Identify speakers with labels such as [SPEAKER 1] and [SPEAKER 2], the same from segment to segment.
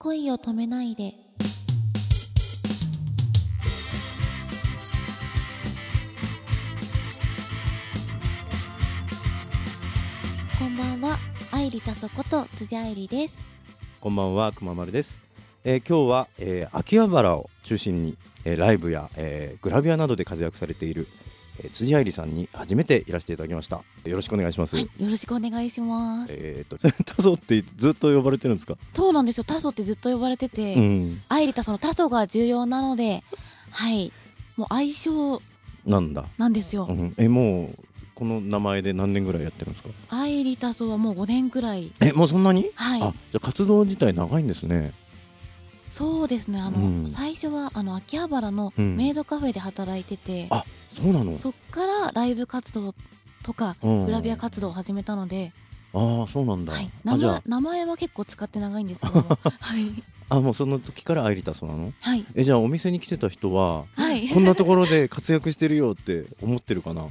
[SPEAKER 1] 恋を止めないで。こんばんは、愛理たそこと辻愛理です。
[SPEAKER 2] こんばんは、くままるです。えー今日は、えー秋葉原を中心に、えーライブや、えーグラビアなどで活躍されている、えー辻愛理さんに初めていらしていただきました。よろしくお願いします。
[SPEAKER 1] はい、よろしくお願いします。
[SPEAKER 2] えーっと、タ ソってずっと呼ばれてるんですか。
[SPEAKER 1] そうなんですよ、タソってずっと呼ばれてて、
[SPEAKER 2] うん、
[SPEAKER 1] 愛理たそのタソが重要なので、はい、もう相性
[SPEAKER 2] なんだ。
[SPEAKER 1] なんですよ
[SPEAKER 2] う。ん、え、もう、この名前で何年ぐらいやってるんですか。
[SPEAKER 1] 愛理たそはもう5年くらい。
[SPEAKER 2] え、もうそんなに。
[SPEAKER 1] はい。
[SPEAKER 2] あ、じゃ、活動自体長いんですね。
[SPEAKER 1] そうですねあの、
[SPEAKER 2] うん
[SPEAKER 1] 最初はあの秋葉原の
[SPEAKER 2] うん
[SPEAKER 1] メイドカフェで働いてて、
[SPEAKER 2] あそうなの。
[SPEAKER 1] そっからライブ活動とか
[SPEAKER 2] うん
[SPEAKER 1] グラビア活動を始めたので、
[SPEAKER 2] ああ、そうなんだ。
[SPEAKER 1] はい、名
[SPEAKER 2] あ、じ
[SPEAKER 1] 前
[SPEAKER 2] ゃ
[SPEAKER 1] 名前は結構使って長いんですけ どはい
[SPEAKER 2] あ、あ、もうその時から愛理タソなの。
[SPEAKER 1] はい、
[SPEAKER 2] え、じゃあ、お店に来てた人は。
[SPEAKER 1] はい、
[SPEAKER 2] こんなところで活躍してるよって思ってるか な。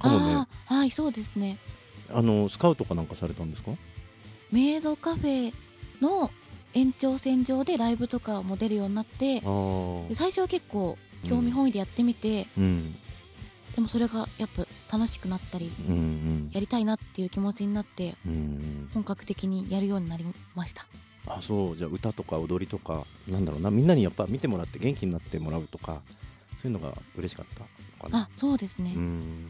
[SPEAKER 2] かもね
[SPEAKER 1] あ。ーはいそうですね
[SPEAKER 2] あのスカウトかなんかされたんですか。
[SPEAKER 1] メイドカフェの延長線上でライブとかも出るようになって
[SPEAKER 2] あ
[SPEAKER 1] で
[SPEAKER 2] あ。
[SPEAKER 1] 最初は結構興味本位でやってみて、
[SPEAKER 2] うん。
[SPEAKER 1] でもそれがやっぱ楽しくなったり
[SPEAKER 2] うんうん
[SPEAKER 1] やりたいなっていう気持ちになって
[SPEAKER 2] うんうん。
[SPEAKER 1] 本格的にやるようになりました
[SPEAKER 2] あ、そう、じゃあ歌とか踊りとか、なんだろうな、みんなにやっぱ見てもらって元気になってもらうとか。そういうのが嬉しかったのかな
[SPEAKER 1] あ。そうですね、
[SPEAKER 2] うん。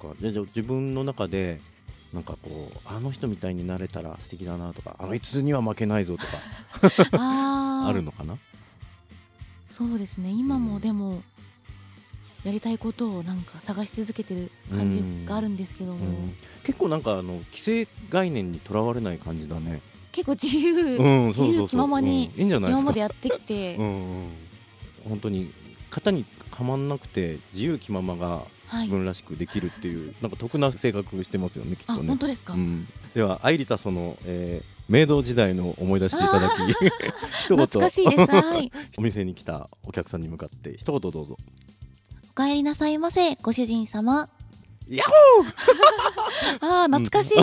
[SPEAKER 2] そっか、じゃあ、じゃあ自分の中で。なんかこう、あの人みたいになれたら素敵だなとか、あのいつには負けないぞとか、
[SPEAKER 1] あー
[SPEAKER 2] あるのかな。
[SPEAKER 1] そうですね今も
[SPEAKER 2] うん
[SPEAKER 1] でもやりたいことをなんか探し続けてる感じがあるんですけども、
[SPEAKER 2] うん結構なんかあの既成概念にとらわれない感じだね。
[SPEAKER 1] 結構自由、
[SPEAKER 2] うん、そうそうそう
[SPEAKER 1] 自由気ままに
[SPEAKER 2] うんいいんじゃない
[SPEAKER 1] 今
[SPEAKER 2] ですか
[SPEAKER 1] までやってきて、
[SPEAKER 2] うんうん本当に型にはまんなくて自由気ままが
[SPEAKER 1] はい
[SPEAKER 2] 自分らしくできるっていう、なんか得な性格してますよねきっ
[SPEAKER 1] あ
[SPEAKER 2] とね
[SPEAKER 1] 本。当ですか、
[SPEAKER 2] うん、では愛理たその、えー、明道時代の思い出していただき 一言
[SPEAKER 1] 懐かしいですはい
[SPEAKER 2] お店に来たお客さんに向かって一言どうぞ。
[SPEAKER 1] お帰りなさいませご主人様
[SPEAKER 2] ヤ
[SPEAKER 1] あー懐かしいで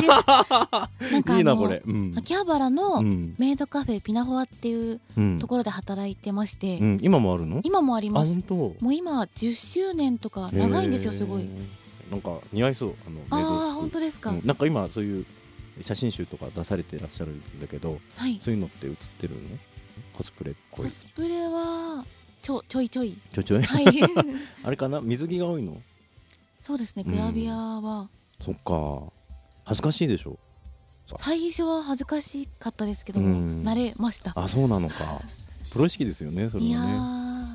[SPEAKER 1] す、なんかあの
[SPEAKER 2] いいなこれ。うん
[SPEAKER 1] 秋葉原
[SPEAKER 2] う
[SPEAKER 1] の
[SPEAKER 2] ん
[SPEAKER 1] メイドカフェピナホアっていう
[SPEAKER 2] うん
[SPEAKER 1] ところで働いてまして、
[SPEAKER 2] うん今もあるの？
[SPEAKER 1] 今もあり
[SPEAKER 2] あ
[SPEAKER 1] ます
[SPEAKER 2] 本当。
[SPEAKER 1] もう今10周年とか長いんですよすご
[SPEAKER 2] へ
[SPEAKER 1] い
[SPEAKER 2] ー。なんか似合いそうあの明道
[SPEAKER 1] ああ
[SPEAKER 2] 服
[SPEAKER 1] 本当ですか、
[SPEAKER 2] うんなんか今そういう写真集とか出されてらっしゃるんだけど
[SPEAKER 1] はい
[SPEAKER 2] そういうのって映ってるのコスプレっぽ
[SPEAKER 1] コ
[SPEAKER 2] い
[SPEAKER 1] スプレはちょちょいちょい
[SPEAKER 2] ちょいちょい
[SPEAKER 1] はい
[SPEAKER 2] あれかな水着が多いの
[SPEAKER 1] そうですねグラビアは
[SPEAKER 2] そっか恥ずかしいでしょ
[SPEAKER 1] 最初は恥ずかしかったですけども、
[SPEAKER 2] うん
[SPEAKER 1] 慣れました
[SPEAKER 2] あそうなのかプロ意識ですよねそれ
[SPEAKER 1] いやー
[SPEAKER 2] はね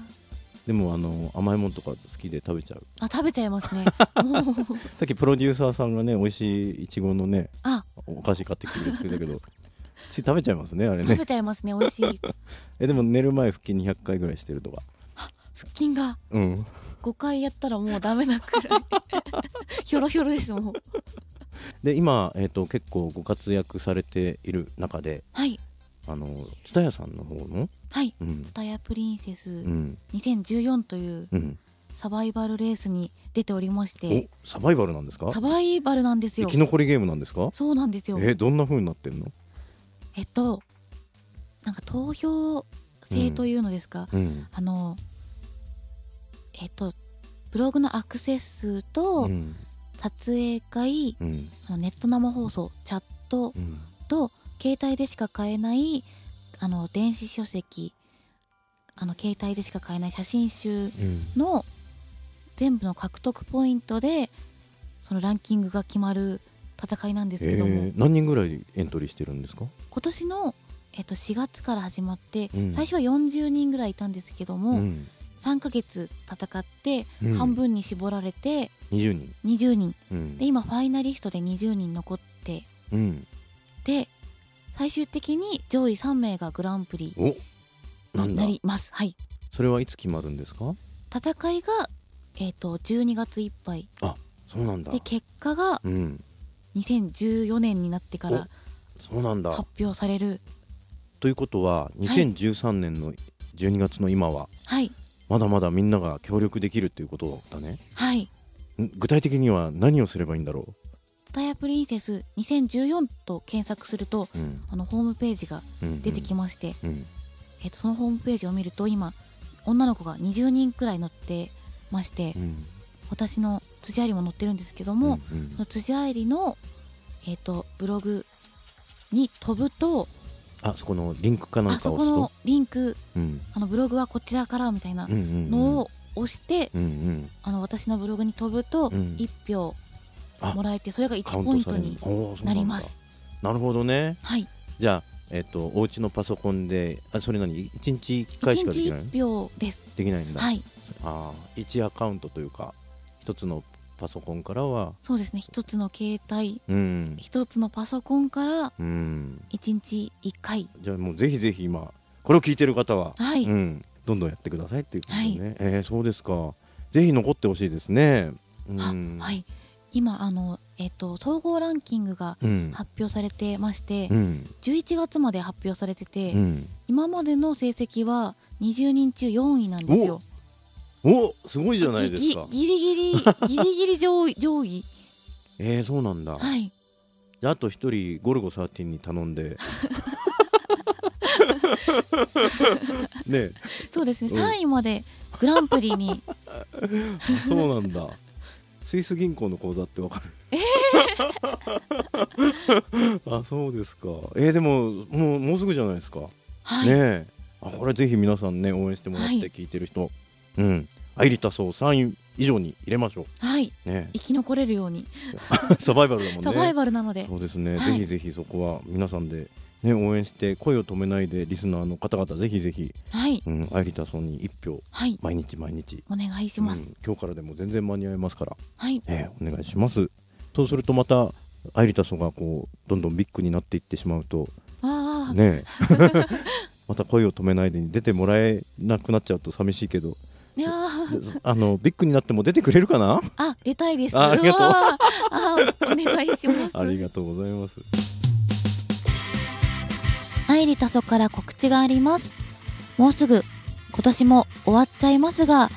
[SPEAKER 2] でもあの甘いもんとか好きで食べちゃう
[SPEAKER 1] あ食べちゃいます ねもう
[SPEAKER 2] さっきプロデューサーさんがね美味しいいちごのね
[SPEAKER 1] あ
[SPEAKER 2] お菓子買ってきてくれてたけど つい食べちゃいますねあれ
[SPEAKER 1] 食
[SPEAKER 2] ね
[SPEAKER 1] べちゃいますね美味しい
[SPEAKER 2] えでも寝る前腹筋200回ぐらいしてるとか
[SPEAKER 1] 腹筋が
[SPEAKER 2] うん
[SPEAKER 1] 5回やったらもうダメなくらい ひょろひょろですもう
[SPEAKER 2] で今、えー、と結構ご活躍されている中で
[SPEAKER 1] はい
[SPEAKER 2] あの蔦屋さんの方の
[SPEAKER 1] はい
[SPEAKER 2] うん
[SPEAKER 1] 「スタヤプリンセス
[SPEAKER 2] うん
[SPEAKER 1] 2014」という
[SPEAKER 2] うん
[SPEAKER 1] サバイバルレースに出ておりまして
[SPEAKER 2] おサバイバルなんですか
[SPEAKER 1] サバイバルなんです
[SPEAKER 2] 生
[SPEAKER 1] よ
[SPEAKER 2] き残りゲームなんですか
[SPEAKER 1] そうなんですよ
[SPEAKER 2] えどんな風になってんの
[SPEAKER 1] えっとなんか投票制というのですか、
[SPEAKER 2] うん
[SPEAKER 1] あのえっとブログのアクセス数と
[SPEAKER 2] うん
[SPEAKER 1] 撮影会、
[SPEAKER 2] うん
[SPEAKER 1] あのネット生放送チャット
[SPEAKER 2] うん
[SPEAKER 1] と携帯でしか買えないあの電子書籍あの携帯でしか買えない写真集の全部の獲得ポイントでそのランキングが決まる戦いなんです
[SPEAKER 2] え
[SPEAKER 1] けども、
[SPEAKER 2] ー何人ぐらいエントリーしてるんですか
[SPEAKER 1] 今年の、えっと、4月から始まって、
[SPEAKER 2] うん
[SPEAKER 1] 最初は40人ぐらいいたんですけども、
[SPEAKER 2] ん
[SPEAKER 1] 3ヶ月戦って、
[SPEAKER 2] うん
[SPEAKER 1] 半分に絞られて
[SPEAKER 2] 20人
[SPEAKER 1] 20人
[SPEAKER 2] うん
[SPEAKER 1] で今ファイナリストで20人残って
[SPEAKER 2] うん
[SPEAKER 1] で最終的に上位3名がグランプリ
[SPEAKER 2] おなん
[SPEAKER 1] に
[SPEAKER 2] だ
[SPEAKER 1] なりますはい
[SPEAKER 2] それはいつ決まるんですか
[SPEAKER 1] 戦いが、えっと12月いっぱい
[SPEAKER 2] そうなんだ
[SPEAKER 1] で結果が
[SPEAKER 2] うん
[SPEAKER 1] 2014年になってから
[SPEAKER 2] そうなんだ
[SPEAKER 1] 発表される
[SPEAKER 2] ということは2013年の12月の今は
[SPEAKER 1] はい
[SPEAKER 2] まだまだみんなが協力できるっていうことだね
[SPEAKER 1] はい
[SPEAKER 2] ん具体的には何をすればいいんだろう
[SPEAKER 1] タヤプリンセス2014と検索すると
[SPEAKER 2] うん
[SPEAKER 1] あのホームページが
[SPEAKER 2] うん
[SPEAKER 1] 出てきまして、
[SPEAKER 2] うん
[SPEAKER 1] えっと、そのホームページを見ると今女の子が20人くらい乗ってまして、
[SPEAKER 2] うん
[SPEAKER 1] 私の辻愛理も乗ってるんですけども、
[SPEAKER 2] うんうん
[SPEAKER 1] その辻愛理の、えっとブログに飛ぶと
[SPEAKER 2] あそこのリンクかなん
[SPEAKER 1] あ
[SPEAKER 2] か
[SPEAKER 1] そ
[SPEAKER 2] を
[SPEAKER 1] こ
[SPEAKER 2] 押す
[SPEAKER 1] の
[SPEAKER 2] と
[SPEAKER 1] リンク
[SPEAKER 2] うん
[SPEAKER 1] あのブログはこちらからみたいな
[SPEAKER 2] うんうんうん
[SPEAKER 1] のを押して、
[SPEAKER 2] うんうん
[SPEAKER 1] あの私のブログに飛ぶと
[SPEAKER 2] うん
[SPEAKER 1] 1票
[SPEAKER 2] あ
[SPEAKER 1] もらえて、それが
[SPEAKER 2] カ
[SPEAKER 1] 1
[SPEAKER 2] ウ
[SPEAKER 1] ポイ
[SPEAKER 2] ン
[SPEAKER 1] ン
[SPEAKER 2] ト
[SPEAKER 1] ト
[SPEAKER 2] される
[SPEAKER 1] に
[SPEAKER 2] おーそう
[SPEAKER 1] なん
[SPEAKER 2] だ
[SPEAKER 1] ります。
[SPEAKER 2] なるほどね
[SPEAKER 1] はい、
[SPEAKER 2] じゃあえっとお家のパソコンであそれ何一日一回し
[SPEAKER 1] 1
[SPEAKER 2] かで
[SPEAKER 1] 日
[SPEAKER 2] きないの
[SPEAKER 1] 1票です。
[SPEAKER 2] できないんだ
[SPEAKER 1] はい、
[SPEAKER 2] あー一アカウントというか一つのパソコンからは
[SPEAKER 1] そうですね。一つの携帯、
[SPEAKER 2] うん
[SPEAKER 1] 一つのパソコンから
[SPEAKER 2] うん
[SPEAKER 1] 1日1回。
[SPEAKER 2] じゃあもうぜひぜひ今これを聞いてる方は、
[SPEAKER 1] はい、
[SPEAKER 2] うん、どんどんやってくださいっていうことでね、えーそうですかぜひ残ってほしいですね、うん、
[SPEAKER 1] あはい。今あのえっ、と総合ランキングが
[SPEAKER 2] うん
[SPEAKER 1] 発表されてまして、
[SPEAKER 2] うん
[SPEAKER 1] 11月まで発表されてて、
[SPEAKER 2] うん
[SPEAKER 1] 今までの成績は20人中4位なんですよ。
[SPEAKER 2] おすごいじゃないですか
[SPEAKER 1] ぎぎギリギリ ギリギリ上位上位。
[SPEAKER 2] えー、そうなんだ、
[SPEAKER 1] はい。
[SPEAKER 2] であと一人ゴルゴ13に頼 んでねえ
[SPEAKER 1] そうですね。
[SPEAKER 2] うん
[SPEAKER 1] 3位までグランプリに
[SPEAKER 2] あそうなんだスイス銀行の口座ってわかるえ あそうですかえー、でももうもうすぐじゃないですか
[SPEAKER 1] はい、
[SPEAKER 2] ねえあこれぜひ皆さんね応援してもらって
[SPEAKER 1] はい
[SPEAKER 2] 聞いてる人、うんアイリタソを3位以上に入れましょ
[SPEAKER 1] はい。
[SPEAKER 2] うね
[SPEAKER 1] 生き残れるように
[SPEAKER 2] え サバイバルだもんね
[SPEAKER 1] サバイバルなので、
[SPEAKER 2] そうですね、
[SPEAKER 1] はい
[SPEAKER 2] ぜひぜひそこは皆さんでね応援して声を止めないでリスナーの方々ぜひぜひ、
[SPEAKER 1] はい
[SPEAKER 2] うん、アイリタソに1票
[SPEAKER 1] はい
[SPEAKER 2] 毎日毎日
[SPEAKER 1] お願いします。
[SPEAKER 2] うん今日からでも全然間に合いますから、
[SPEAKER 1] はい
[SPEAKER 2] ええお願いしますそうするとまたアイリタソがこうどんどんビッグになっていってしまうと
[SPEAKER 1] ああ、
[SPEAKER 2] ねえ また声を止めないでに出てもらえなくなっちゃうと寂しいけど
[SPEAKER 1] いやー
[SPEAKER 2] で あのビッグになっても出てくれるかな
[SPEAKER 1] あ出たいです。
[SPEAKER 2] あありがとう
[SPEAKER 1] うわーあーお願いします。
[SPEAKER 2] ありがとうございます
[SPEAKER 1] 愛理多祖から告知がありますもうすぐ今年も終わっちゃいますが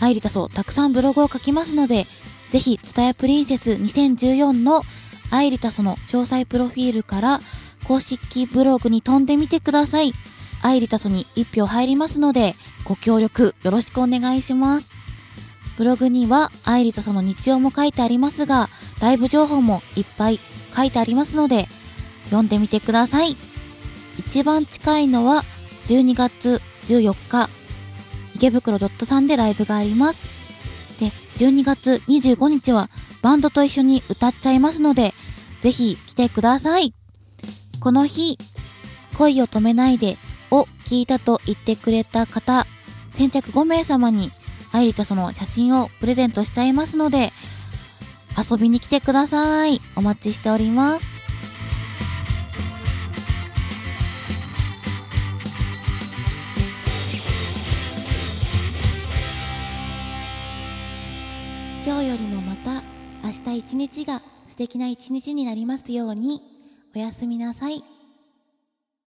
[SPEAKER 1] 愛理多祖たくさんブログを書きますのでぜひ「伝えプリンセス2014」の愛理多祖の詳細プロフィールから公式ブログに飛んでみてください愛理多祖に1票入りますのでご協力よろしくお願いしますブログには愛理多祖の日常も書いてありますがライブ情報もいっぱい書いてありますので読んでみてください一番近いのは12月14日池袋ドットさんでライブがありますで12月25日はバンドと一緒に歌っちゃいますのでぜひ来てくださいこの日「恋を止めないで」を聞いたと言ってくれた方先着5名様に愛理とその写真をプレゼントしちゃいますので遊びに来てくださいお待ちしております今日よりもまた明日一日が素敵な一日になりますようにおやすみなさい。